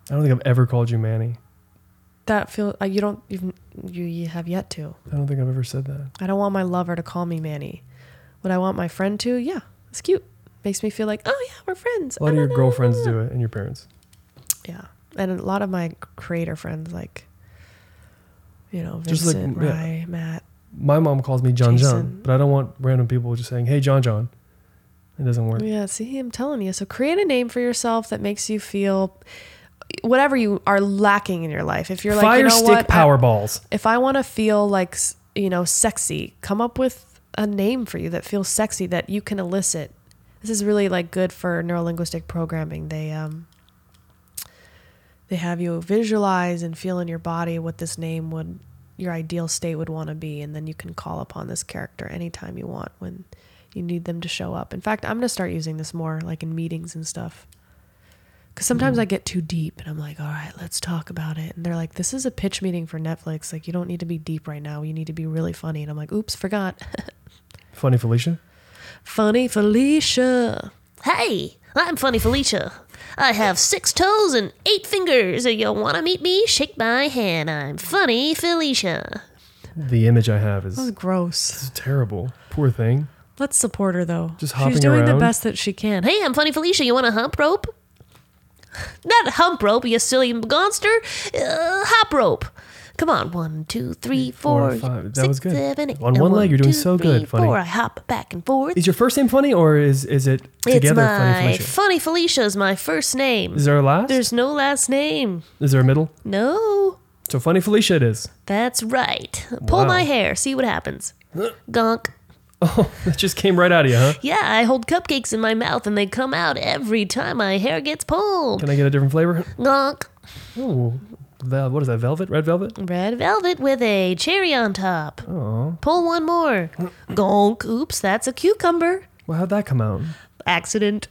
A: I don't think I've ever called you Manny.
B: that. Feel uh, you don't even you, you have yet to.
A: I don't think I've ever said that.
B: I don't want my lover to call me Manny. Would I want my friend to? Yeah, it's cute. makes me feel like, oh yeah, we're friends.
A: A lot of your
B: Ah,
A: girlfriends do it and your parents.
B: Yeah, and a lot of my creator friends, like, you know,
A: Just like-
B: Vincent,
A: yeah.
B: Rye, Matt.
A: My mom calls me John John,
B: Jason.
A: but I don't want random people just saying, hey, John John. It doesn't work.
B: Yeah, see, I'm telling you. So create a name for yourself that makes you feel whatever you are lacking in your life. If you're like,
A: Fire
B: you know
A: stick
B: what, I-
A: power balls.
B: if I want to feel like s- you know sexy, come up with a name for you that feels sexy that you can elicit. This is really like good for neurolinguistic programming. They um they have you visualize and feel in your body what this name would your ideal state would want to be and then you can call upon this character anytime you want when you need them to show up. In fact, I'm going to start using this more like in meetings and stuff. Because
A: Mm.
B: sometimes I get too deep and I'm like, all right, let's talk about it. And they're like, this is a pitch meeting for Netflix. Like, you don't need to be deep right now. You need to be really funny. And I'm like, oops, forgot.
A: Funny Felicia.
B: funny Felicia.
E: Hey, I'm Funny Felicia. I have six toes and eight fingers. If you want to meet me, shake my hand. I'm Funny Felicia.
A: The image I have is
B: This is gross.
A: it's terrible. Poor thing.
B: Let's support her, though.
A: Just hopping
B: She's doing
A: around.
B: the best that she can.
E: Hey, I'm Funny Felicia. You want a hump rope? Not hump rope, you silly monster. Uh, hop rope. Come on, one, two, three,
A: four,
E: four,
A: five. That
E: six,
A: was good.
E: seven, eight.
A: On
E: And
A: one leg, you're doing
E: two,
A: so good,
E: three,
A: Funny.
E: Four. I hop back and forth.
A: Is your first name funny or is is it together
E: it's my
A: funny Felicia?
E: Funny Felicia is my first name.
A: Is there a last?
E: There's no last name.
A: is there a middle?
E: No,
A: So funny Felicia it is.
E: that's right. Pull
A: Wow.
E: my hair. See what happens. Gonk.
A: Oh, that just came right out of you, huh?
E: Yeah, I hold cupcakes in my mouth and they come out every time my hair gets pulled.
A: Can I get a different flavor?
E: Gonk.
A: Oh, vel- what is that? Velvet? Red velvet?
E: Red velvet with a cherry on top. Pull one more. Gonk. Oops, that's a cucumber.
A: Well, how'd that come out?
E: Accident.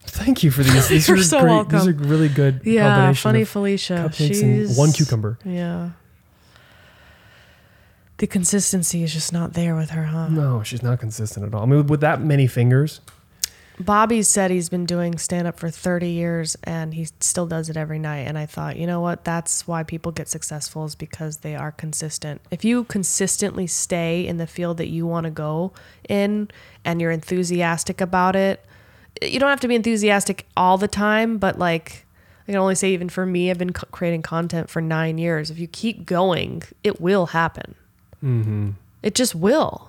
A: Thank you for these. These
B: You're
A: are
B: so
A: great.
B: welcome.
A: These are really good.
B: Yeah,
A: combination
B: funny
A: of
B: Felicia.
A: cupcakes
B: She's
A: and one cucumber.
B: Yeah. The consistency is just not there with her, huh?
A: No, she's not consistent at all. I mean, with that many fingers,
B: Bobby said he's been doing stand up for 30 years and he still does it every night. And I thought, you know what? That's why people get successful is because they are consistent. If you consistently stay in the field that you want to go in and you're enthusiastic about it, you don't have to be enthusiastic all the time, but like, I can only say, even for me, I've been co- creating content for nine years. If you keep going, it will happen. It just will.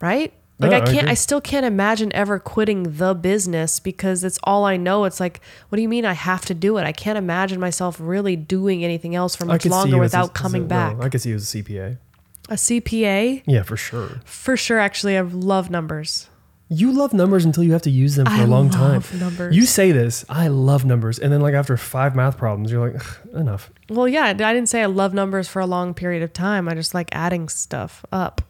B: Right? Like
A: Yeah,
B: I
A: I
B: can't
A: agree.
B: I, still can't imagine ever quitting the business because it's all I know. It's like, what do you mean I have to do it? I can't imagine myself really doing anything else for
A: I
B: much
A: could see
B: longer
A: you as a-
B: without
A: as a-
B: coming
A: no,
B: back.
A: I could see you as a CPA.
B: a CPA?
A: Yeah, for sure.
B: For sure, actually, I love numbers.
A: You love numbers until you have to use them for
B: I
A: a long time.
B: love numbers.
A: You say this, I love numbers, and then like after five math problems, you're like, "Ugh, enough.
B: Well, yeah, I didn't say I love numbers for a long period of time. I just like adding stuff up.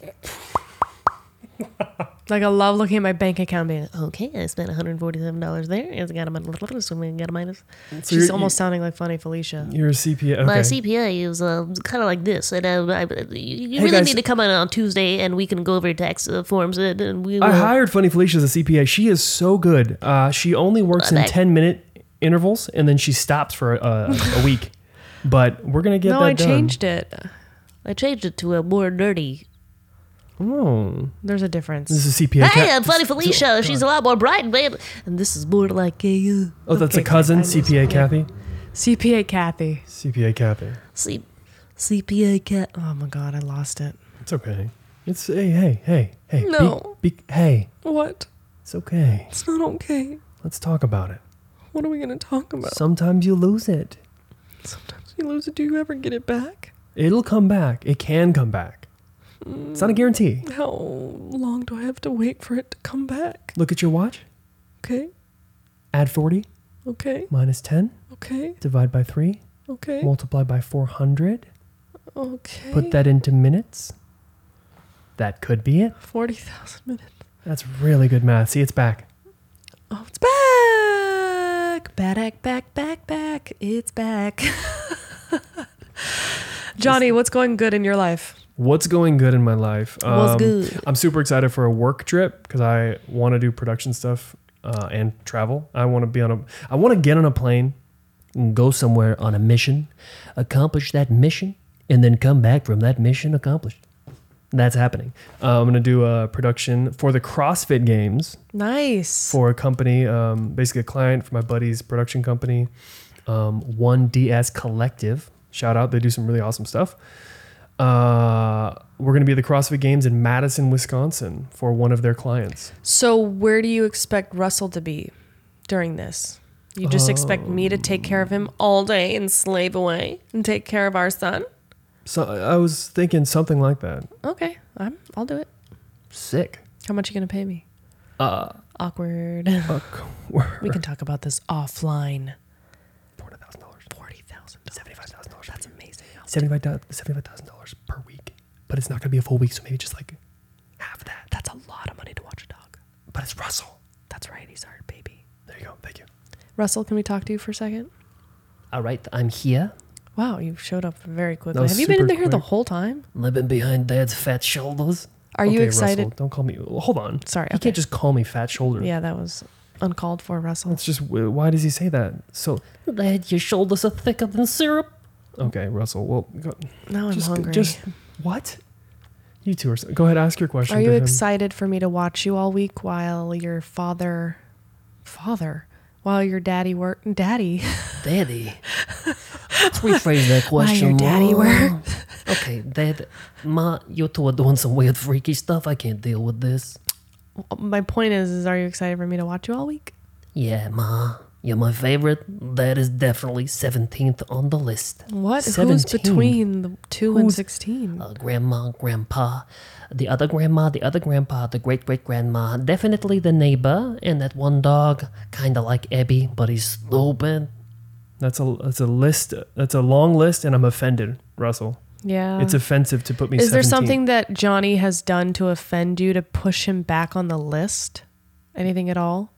B: like I love looking at my bank account and being,
E: Okay, I spent $147 there. It's got a minus. so we Got a minus.
A: So
B: she's
A: you're,
B: almost sounding like funny Felicia.
A: You're a CPA. Okay.
E: My CPA is uh, kind of like this, and uh, I,
A: Hey,
E: you really
A: guys.
E: need to come in on Tuesday, and we can go over your tax uh, forms, and, and we will.
A: I hired Funny Felicia as a CPA. She is so good. Uh, she only works in
E: Love it.
A: ten minute intervals, and then she stops for a, a week. But we're gonna get
B: No,
A: that
B: I
A: done.
B: changed it.
E: I changed it to a more nerdy.
A: Oh,
B: There's a difference.
A: this is a CPA.
E: Hey,
A: ca-
E: I'm Funny Felicia. She's a lot more bright and bland, and this is more like a uh,
A: oh, that's
B: okay,
A: a cousin,
B: I just-
A: CPA Kathy.
B: CPA Kathy.
A: CPA Kathy.
E: C- CPA cat.
B: Oh my god, I lost it.
A: It's okay. It's hey, hey, hey, hey. be-
D: No.
A: Be, hey,
D: What?
A: it's okay.
D: It's not okay.
A: Let's talk about it.
D: What are we going to talk about?
A: Sometimes you lose it.
D: Sometimes you lose it. Do you ever get it back?
A: It'll come back. It can come back. It's not a guarantee.
D: How long do I have to wait for it to come back?
A: Look at your watch.
D: Okay,
A: Add 40,
D: okay,
A: minus 10,
D: okay,
A: divide by 3,
D: okay,
A: multiply by 400,
D: okay.
A: put that into minutes. That could be it.
D: 40,000 minutes.
A: That's really good math. See, it's back.
D: Oh, it's back!
B: Back, back, back, back, back. It's back. Johnny, what's going good in your life?
A: What's going good in my life?
E: What's
A: Um,
E: good?
A: I'm super excited for a work trip because I want to do production stuff uh, and travel. I want to be on a. I want to get on a plane and go somewhere on a mission, accomplish that mission, and then come back from that mission accomplished. That's happening. Uh, I'm going to do a production for the CrossFit Games
B: Nice.
A: for a company, um, basically a client for my buddy's production company, um, 1DS Collective. Shout out, they do some really awesome stuff. Uh, we're going to be at the CrossFit Games in Madison, Wisconsin for one of their clients.
B: So, where do you expect Russell to be during this? You just expect me to take care of him all day and slave away and take care of our son?
A: So I was thinking something like that.
B: Okay, I'm, I'll do it.
A: Sick.
B: How much are you going to pay me?
A: Uh,
B: Awkward.
A: fuck. We're
B: we can talk about this offline.
A: $40,000.
B: Forty thousand, seventy-five thousand dollars. That's amazing.
A: $75,000 $75,000 per week. But it's not going to be a full week, so maybe just like half that.
B: That's a lot of money to watch a dog.
A: But it's Russell.
B: That's right. He's our baby.
A: There you go. Thank you.
B: Russell, can we talk to you for a second?
A: All right, I'm here.
B: Wow, you showed up very quickly.
A: was
B: Have you been in
A: super
B: there the
A: quick.
B: whole time?
A: Living behind dad's fat shoulders.
B: Are you excited?
A: Russell, don't call me. well, Hold on.
B: Sorry,
A: You
B: okay.
A: can't just call me fat shoulder.
B: Yeah, that was uncalled for, Russell.
A: It's just, wh- why does he say that? So,
E: Dad, your shoulders are thicker than syrup.
A: okay, Russell. Well, go,
B: Now I'm
A: just,
B: hungry.
A: just, what? You two are, s- go ahead, ask your question.
B: Are you
A: to him.
B: excited for me to watch you all week while your father, father, while your daddy work, daddy,
E: Daddy. Let's rephrase that
B: while your
E: question.
B: daddy work?
E: Okay, Dad, Ma, you two are doing some weird freaky stuff. I can't deal with this.
B: My point is, is are you excited for me to watch you all week?
E: Yeah, Ma, you're my favorite. That is definitely 17th on the list.
B: What? Who's
A: 17.
B: between the two and sixteen?
E: Uh, grandma, grandpa, the other grandma, the other grandpa, the great great grandma, definitely the neighbor, and that one dog, kinda like Abby, but he's stupid.
A: That's a, that's a list. That's a long list, and I'm offended, Russell.
B: Yeah.
A: it's offensive to put me
B: Uh, Is there
A: 17th.
B: something that Johnny has done to offend you to push him back on the list? Anything at all?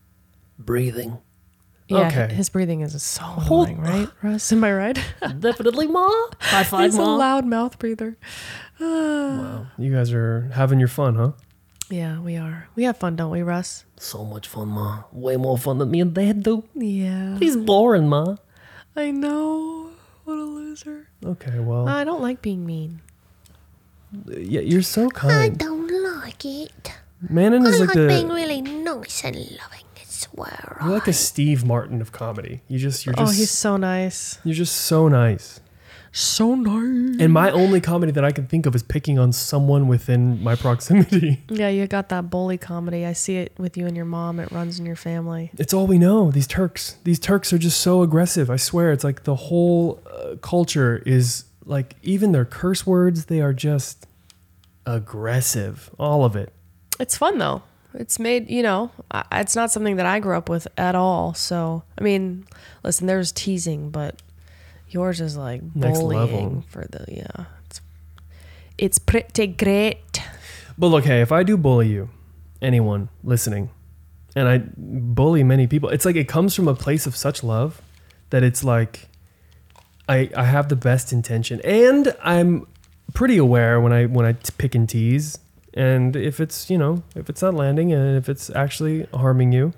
E: Breathing.
B: Yeah,
A: Okay.
B: his breathing is so annoying, right, Russ? Am I right?
E: definitely Ma. High five,
B: He's a
E: Ma.
B: loud mouth breather.
A: Wow. Oh, You guys are having your fun, huh?
B: Yeah, we are. We have fun, don't we, Russ?
E: so much fun, Ma. Way more fun than me and Dad do.
B: Yeah.
E: He's boring, Ma.
B: I know. What a loser.
A: Okay, well,
B: I don't like being mean.
A: yeah, you're so kind.
F: don't like it.
A: Manon
F: I
A: is like
F: like being
A: the
F: really nice and loving. It's where
A: you're like a Steve Martin of comedy. You just you're
B: oh,
A: just
B: he's so nice.
A: you're just so nice.
D: So nice.
B: Mm-hmm.
A: And my only comedy that I can think of is picking on someone within my proximity.
B: Yeah, you got that bully comedy. I see it with you and your mom. It runs in your family.
A: It's all we know. These Turks, these Turks are just so aggressive. I swear, it's like the whole uh, culture is like even their curse words. They are just aggressive. All of it.
B: It's fun though. It's made, you know, I- it's not something that I grew up with at all. So, I mean, listen, there's teasing, but yours is like
A: Next
B: bullying
A: level.
B: for the yeah. It's it's pretty great.
A: But look, hey, if I do bully you, anyone listening, and I bully many people, it's like it comes from a place of such love that it's like I I have the best intention, and I'm pretty aware when I when I t- pick and tease, and if it's you know if it's not landing and if it's actually harming you,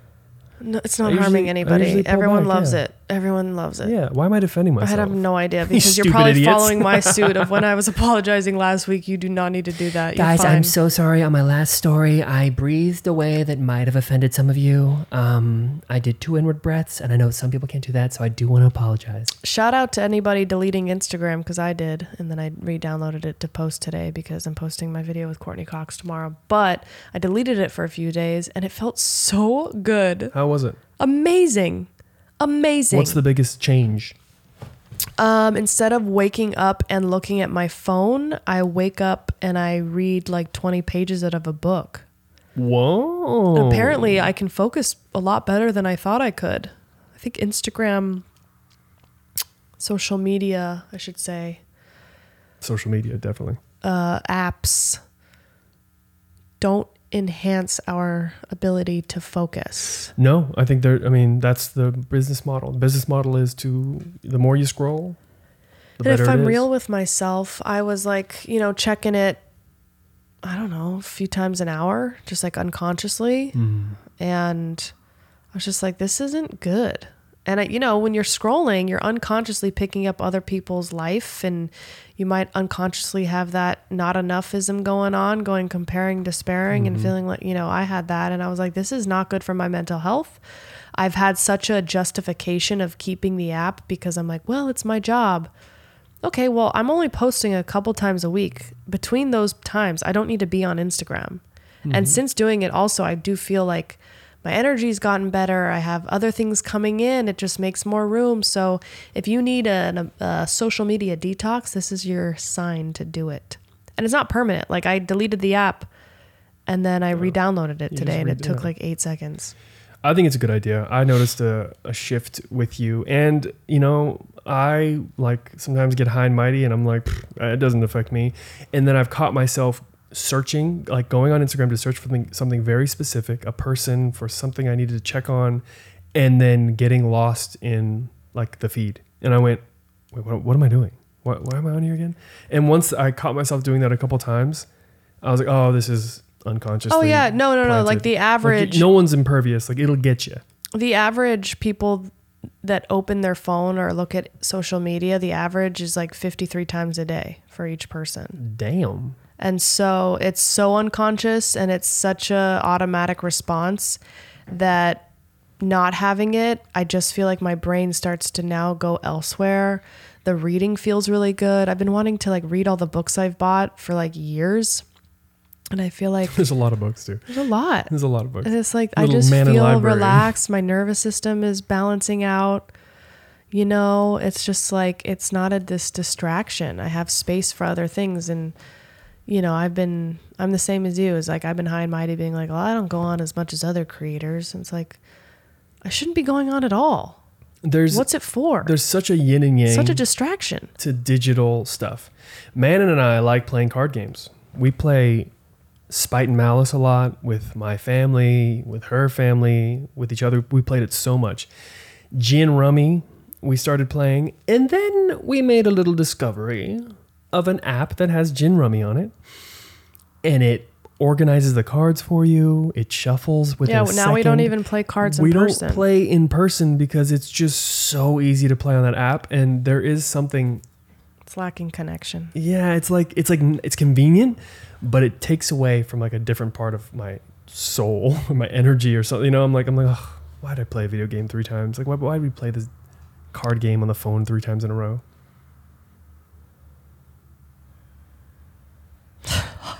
B: No, it's
A: I
B: not
A: usually-
B: harming
A: I
B: anybody.
A: usually pull
B: Everyone
A: back,
B: loves
A: yeah.
B: it. Everyone loves it.
A: yeah, why am I defending
B: I
A: myself?
B: have no idea
A: You
B: because you're
A: stupid
B: probably
A: idiots.
B: following my suit of when I was apologizing last week. You do not need to do that. You're
E: Guys,
B: fine.
E: I'm so sorry. On my last story, I breathed a way that might have offended some of you. Um, I did two inward breaths, and I know some people can't do that, so I do want to apologize.
B: Shout out to anybody deleting Instagram because I did, and then I re-downloaded it to post today because I'm posting my video with Courtney Cox tomorrow. But I deleted it for a few days, and it felt so good,
A: How was it?
B: amazing, amazing.
A: What's the biggest change?
B: um, instead of waking up and looking at my phone, I wake up and I read like 20 pages out of a book.
A: Whoa! Oh.
B: Apparently, I can focus a lot better than I thought I could. I think Instagram, social media, I should say,
A: social media definitely.
B: uh, apps don't enhance our ability to focus.
A: No, I think they're. I mean, that's the business model. The business model is to the more you scroll, the
B: And
A: better.
B: if
A: it
B: I'm
A: is.
B: real with myself, I was like, you know, checking it, I don't know, a few times an hour,
A: Mm-hmm.
B: just like unconsciously. And I was just like, this isn't good. And I, you know, when you're scrolling, you're unconsciously picking up other people's life, and you might unconsciously have that not enoughism going on, going comparing, despairing, and feeling like, you know, I had that, and I was like, this is not good for my mental health. I've had such a justification of keeping the app because I'm like, well, it's my job. Okay, well, I'm only posting a couple times a week. Between those times, I don't need to be on Instagram. And since doing it, also, I do feel like my energy's gotten better. I have other things coming in. It just makes more room. So if you need a, a, a social media detox, this is your sign to do it. And it's not permanent. Like I deleted the app and then I re-downloaded it
A: You
B: today
A: just
B: and it
A: re-
B: took
A: yeah.
B: like eight seconds.
A: I think it's a good idea. I noticed a, a shift with you. And, you know, I like sometimes get high and mighty and I'm like, "Pfft, it doesn't affect me. And then I've caught myself searching, like going on Instagram to search for something, something very specific, a person for something I needed to check on, and then getting lost in like the feed. And I went, wait, what, what am I doing? Why, why am I on here again? And once I caught myself doing that a couple times, I was like, oh, this is unconscious.
B: Oh yeah, no, no, no. Like the average,
A: no one's impervious. Like it'll get you.
B: the average people that open their phone or look at social media, the average is like 53 times a day for each person.
A: Damn.
B: And so it's so unconscious and it's such a automatic response that not having it, I just feel like my brain starts to now go elsewhere. The reading feels really good. I've been wanting to like read all the books I've bought for like years. And I feel like
A: There's a lot of books too.
B: there's a lot.
A: There's a lot of books.
B: And it's like
A: Little
B: I just
A: man in
B: feel
A: library.
B: relaxed. My nervous system is balancing out. You know, it's just like it's not a this distraction. I have space for other things, and you know, I've been I'm the same as you. It's like I've been high and mighty, being like, well, I don't go on as much as other creators. And it's like I shouldn't be going on at all.
A: There's
B: What's it for?
A: there's such a yin and yang
B: Such a distraction.
A: to digital stuff. Manon and I like playing card games. We play Spite and Malice a lot with my family, with her family, with each other. We played it so much. Gin Rummy, we started playing, and then we made a little discovery of an app that has Gin Rummy on it, and it organizes the cards for you. It shuffles within
B: yeah.
A: a
B: Now we don't
A: second.
B: even play cards in
A: we
B: person.
A: don't play in person because it's just so easy to play on that app and there is something
B: it's lacking connection.
A: yeah it's like it's like it's convenient but it takes away from like a different part of my soul or my energy or something you know i'm like i'm like Ugh, why did i play a video game three times like why, why did we play this card game on the phone three times in a row
B: I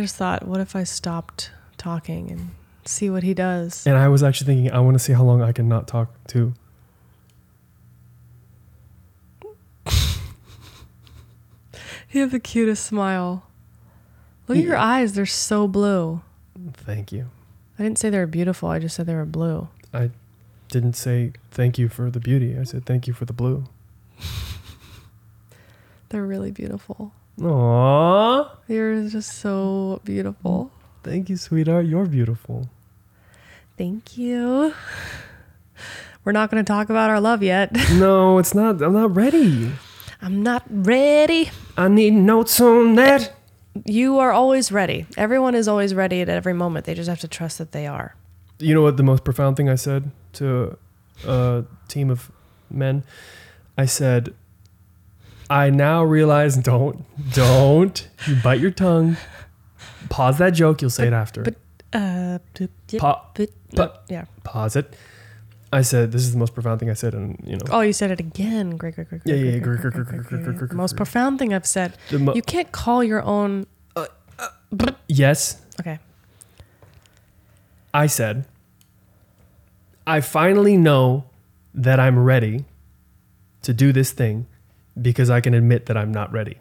B: just thought, what if I stopped talking and see what he does?
A: and i was actually thinking i want to see how long i can not talk to
B: You have the cutest smile. Look at your eyes, they're so blue.
A: thank you
B: I didn't say they were beautiful, I just said they were blue.
A: i didn't say thank you for the beauty i said thank you for the blue
B: They're really beautiful.
A: Aww.
B: You're just so beautiful.
A: thank you sweetheart you're beautiful
B: Thank you. We're not going to talk about our love yet.
A: No, it's not. I'm not ready.
B: I'm not ready.
A: I need notes on that.
B: You are always ready. Everyone is always ready at every moment. They just have to trust that they are.
A: You know what the most profound thing I said to a team of men? I said, I now realize don't, don't. You bite your tongue. Pause that joke. You'll say it after.
B: but- Uh, d- d-
A: Pa-
B: but-
A: pa-
B: yeah.
A: pause it. I said, this is the most profound thing I said, and you know,
B: Oh, you said it again. Great, great, great,
A: Yeah,
B: great,
A: yeah,
B: great,
A: great,
B: great,
A: great,
B: great,
A: great,
B: great,
A: great,
B: great.
A: great,
B: Most
A: great.
B: profound thing I've said.
A: the mo-
B: You can't call your own.
A: yes,
B: Okay.
A: I said, I finally know that I'm ready to do this thing because I can admit that I'm not ready.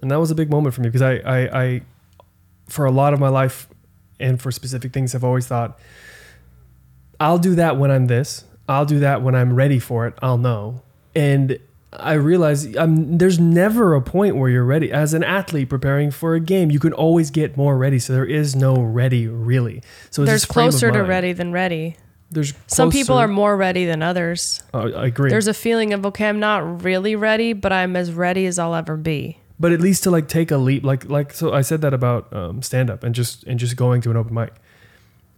A: And that was a big moment for me because I, I, I for a lot of my life and for specific things, I've always thought, I'll do that when I'm this. I'll do that when I'm ready for it. I'll know. And I realize I'm, there's never a point where you're ready. As an athlete preparing for a game, you can always get more ready. So there is no ready really. So it's
B: There's
A: this frame of
B: closer to
A: mind.
B: ready than ready.
A: There's
B: Some people are
A: closer-
B: more ready than others.
A: I I agree.
B: There's a feeling of, okay, I'm not really ready, but I'm as ready as I'll ever be.
A: but at least to like take a leap like like so i said that about um, stand up and just and just going to an open mic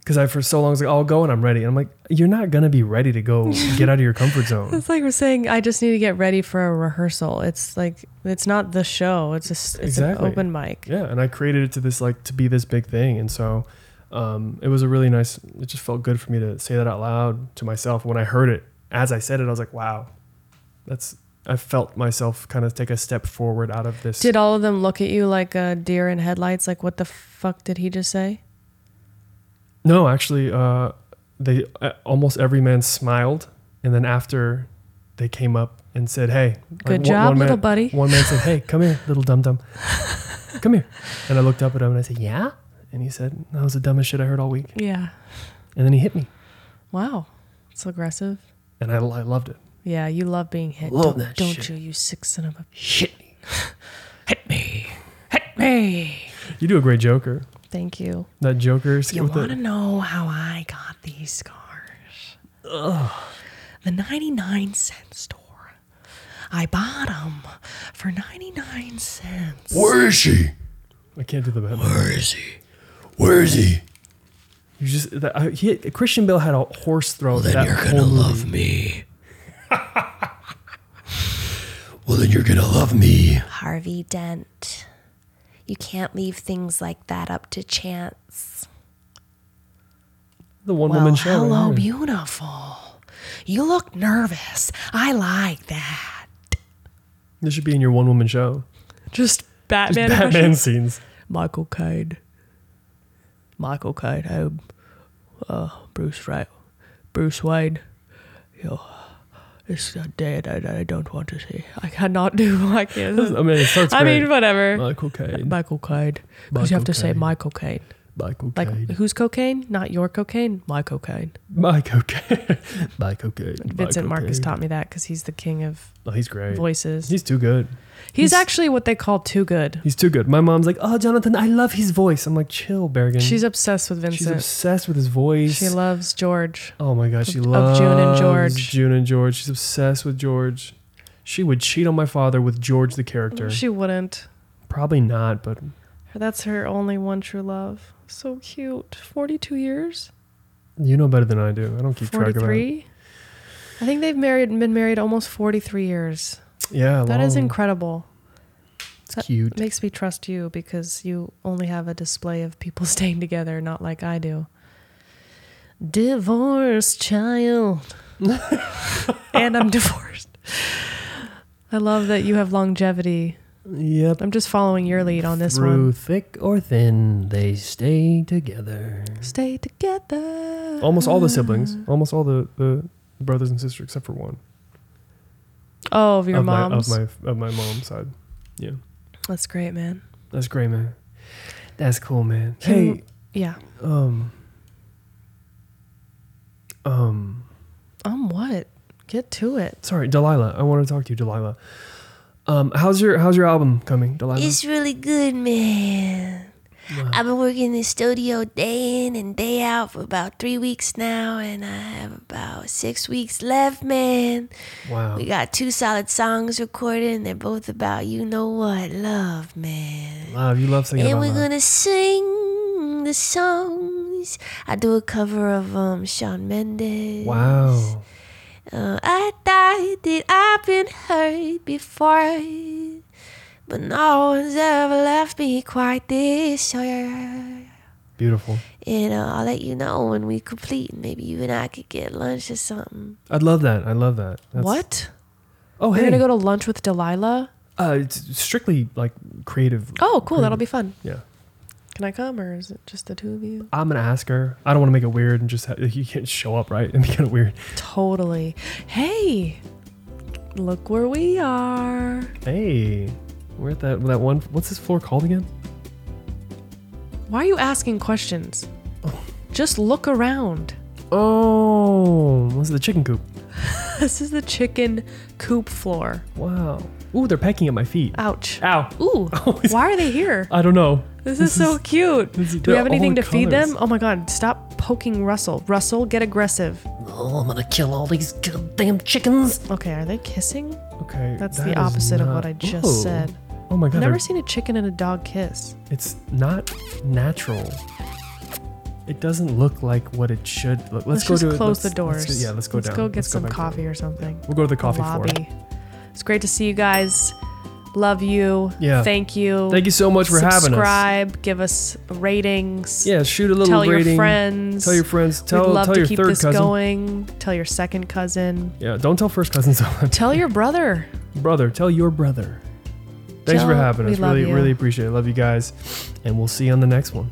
A: Because I for so long was like, I'll go and I'm ready. And I'm like, you're not gonna be ready to go get out of your comfort zone.
B: It's like we're saying, I just need to get ready for a rehearsal. It's like it's not the show. It's just it's
A: Exactly.
B: an open mic.
A: yeah, and I created it to this like to be this big thing, and so um, it was a really nice. It just felt good for me to say that out loud to myself. When I heard it, as I said it, I was like, wow, that's. I felt myself kind of take a step forward out of this.
B: Did all of them look at you like a deer in headlights? Like what the fuck did he just say?
A: No, actually, uh, they uh, almost every man smiled, and then after they came up and said, "Hey, like,
B: Good
A: one-
B: job,
A: one man-
B: little buddy.
A: One man said, "Hey, come here, little dum dum, come here." And I looked up at him and I said, "Yeah," and he said, "That was the dumbest shit I heard all week."
B: Yeah.
A: And then he hit me,
B: Wow. It's aggressive.
A: and I, I loved it.
B: Yeah, you love being hit.
E: Love
B: don't
E: that
B: don't
E: shit.
B: you, you sick son of a
E: Shit me.
D: Hit me. Hit me.
A: You do a great Joker.
B: thank you.
A: That Joker. skit
D: You
A: with the-
D: want to know how I got these scars? The 99 cent store. I bought them for 99 cents.
G: Where is she?
A: I can't do the bad.
G: Where is he? Where is he?
A: You just that, I, he, Christian Bale had a horse throw.
G: Well, then
A: that
G: you're
A: whole
G: gonna
A: movie.
G: love me. well, then you're gonna love me.
F: Harvey Dent. You can't leave things like that up to chance.
A: the one woman show. right
D: Hello,
A: there.
D: beautiful. You look nervous. I like that.
A: This should be in your one woman show.
B: Just Batman.
A: Batman scenes.
D: Michael Cade. Michael Cade. Um, uh, Bruce Wright. Bruce Wayne. Yo, it's a day that I don't want to see.
B: I cannot do I can't
A: I mean, it starts.
B: I
A: great.
B: mean whatever.
A: Michael Caine.
D: Michael Cade.
B: Because you have to say
A: Michael
B: my cocaine.
A: Michael
B: Like
A: Caine.
B: whose cocaine? Not your cocaine, my cocaine.
A: Michael Caine. Michael Caine. Michael
B: Vincent Marcus
A: Caine.
B: taught me that because he's the king of
A: Oh, he's great.
B: voices. He's,
A: He's too good. he's-
B: actually what they call too good.
A: He's too good. My mom's like, "Oh, Jonathan, I love his voice." I'm like, "Chill, Bergen."
B: She's obsessed with
A: She's
B: Vincent.
A: obsessed with his voice.
B: she loves George.
A: oh my god, she
B: of
A: loves
B: June and George.
A: June and George. She's obsessed with George. She would cheat on my father with George the character.
B: She wouldn't.
A: Probably not, but
B: That's her only one true love. So cute. 42 years?
A: you know better than I do. I don't keep track of it.
B: 43? I think they've married been married almost 43 years.
A: Yeah,
B: That is
A: long.
B: incredible.
A: It's
B: that-
A: cute.
B: Makes me trust you because you only have a display of people staying together, not like I do. Divorce child. and I'm divorced. I love that you have longevity.
A: Yep.
B: I'm just following your lead on this
A: Through
B: one.
A: thick or thin, they stay together.
B: Stay together.
A: Almost all the siblings, almost all the, the brothers and sisters except for one.
B: Oh, of your
A: of
B: mom's.
A: My, of my of my mom's side. Yeah,
B: That's great, man.
A: that's great, man. That's cool, man.
B: Can you-
A: Hey,
B: Yeah.
A: um, um,
B: Um, what? Get to it.
A: sorry, Delilah. I want to talk to you, Delilah. Um, how's your how's your album coming, Delilah?
F: It's really good, man. I've been working in the studio day in and day out for about three weeks now, and I have about six weeks left, man.
A: wow,
F: We got two solid songs recorded, and they're both about you know what love, man.
A: love you love singing
F: And
A: about
F: we're
A: love.
F: gonna sing the songs. I do a cover of um Sean Mendes.
A: Wow,
F: Uh, I thought that I've been hurt before, but no one's ever left me quite this sure.
A: beautiful.
F: And uh, I'll let you know when we complete. and Maybe you and I could get lunch or something.
A: I'd love that. I love that. That's-
B: what?
A: Oh,
B: We're
A: hey,
B: gonna go to lunch with Delilah.
A: uh, it's strictly like creative.
B: Oh, cool. That'll be fun.
A: Yeah.
B: Can I come, or is it just the two of you?
A: I'm gonna ask her. I don't want to make it weird and just ha- you can't show up, right? It'd be kind of weird.
B: Totally. Hey, look where we are.
A: Hey, we're at that that one. What's this floor called again?
B: Why are you asking questions? Just look around.
A: Oh, was it the chicken coop?
B: This is the chicken coop floor.
A: Wow. Ooh, they're pecking at my feet.
B: Ouch.
A: Ow.
B: Uh, Ooh,
A: is-
B: why are they here?
A: I don't know.
B: This is so cute.
A: this is-
B: Do we
A: they're
B: have anything to
A: all
B: feed
A: colours.
B: them? Oh my god, stop poking Russell. Russell, get aggressive.
E: Oh, I'm gonna kill all these goddamn chickens.
B: Okay, are they kissing?
A: Okay.
B: That's
A: that
B: the
A: is
B: opposite of
A: not-
B: what I just
A: Ooh.
B: said.
A: Oh my god.
B: I've never
A: they're-
B: seen a chicken and a dog kiss.
A: It's not natural. It doesn't look like what it should look. Let's,
B: Let's,
A: go
B: just
A: to
B: close
A: let's-
B: the doors.
A: Let's, yeah, let's go
B: Let's
A: down.
B: go get
A: Let's
B: some
A: back to-
B: coffee or something.
A: We'll go to the coffee floor.
B: Lobby. It's great to see you guys. Love you.
A: Yeah.
B: Thank you.
A: Thank you so much for having us.
B: Subscribe. Give us ratings.
A: Yeah, shoot a little
B: Tell
A: rating.
B: your friends.
A: Tell your friends. Tell
B: We'd love
A: tell
B: to
A: your
B: keep
A: third
B: this
A: cousin.
B: going. Tell your second cousin.
A: Yeah, don't tell first cousin so much.
B: Tell your brother.
A: brother. Tell your brother. Thanks for
B: Tell-
A: having
B: we
A: us.
B: love
A: Really,
B: you.
A: really appreciate it. Love you guys, and we'll see you on the next one.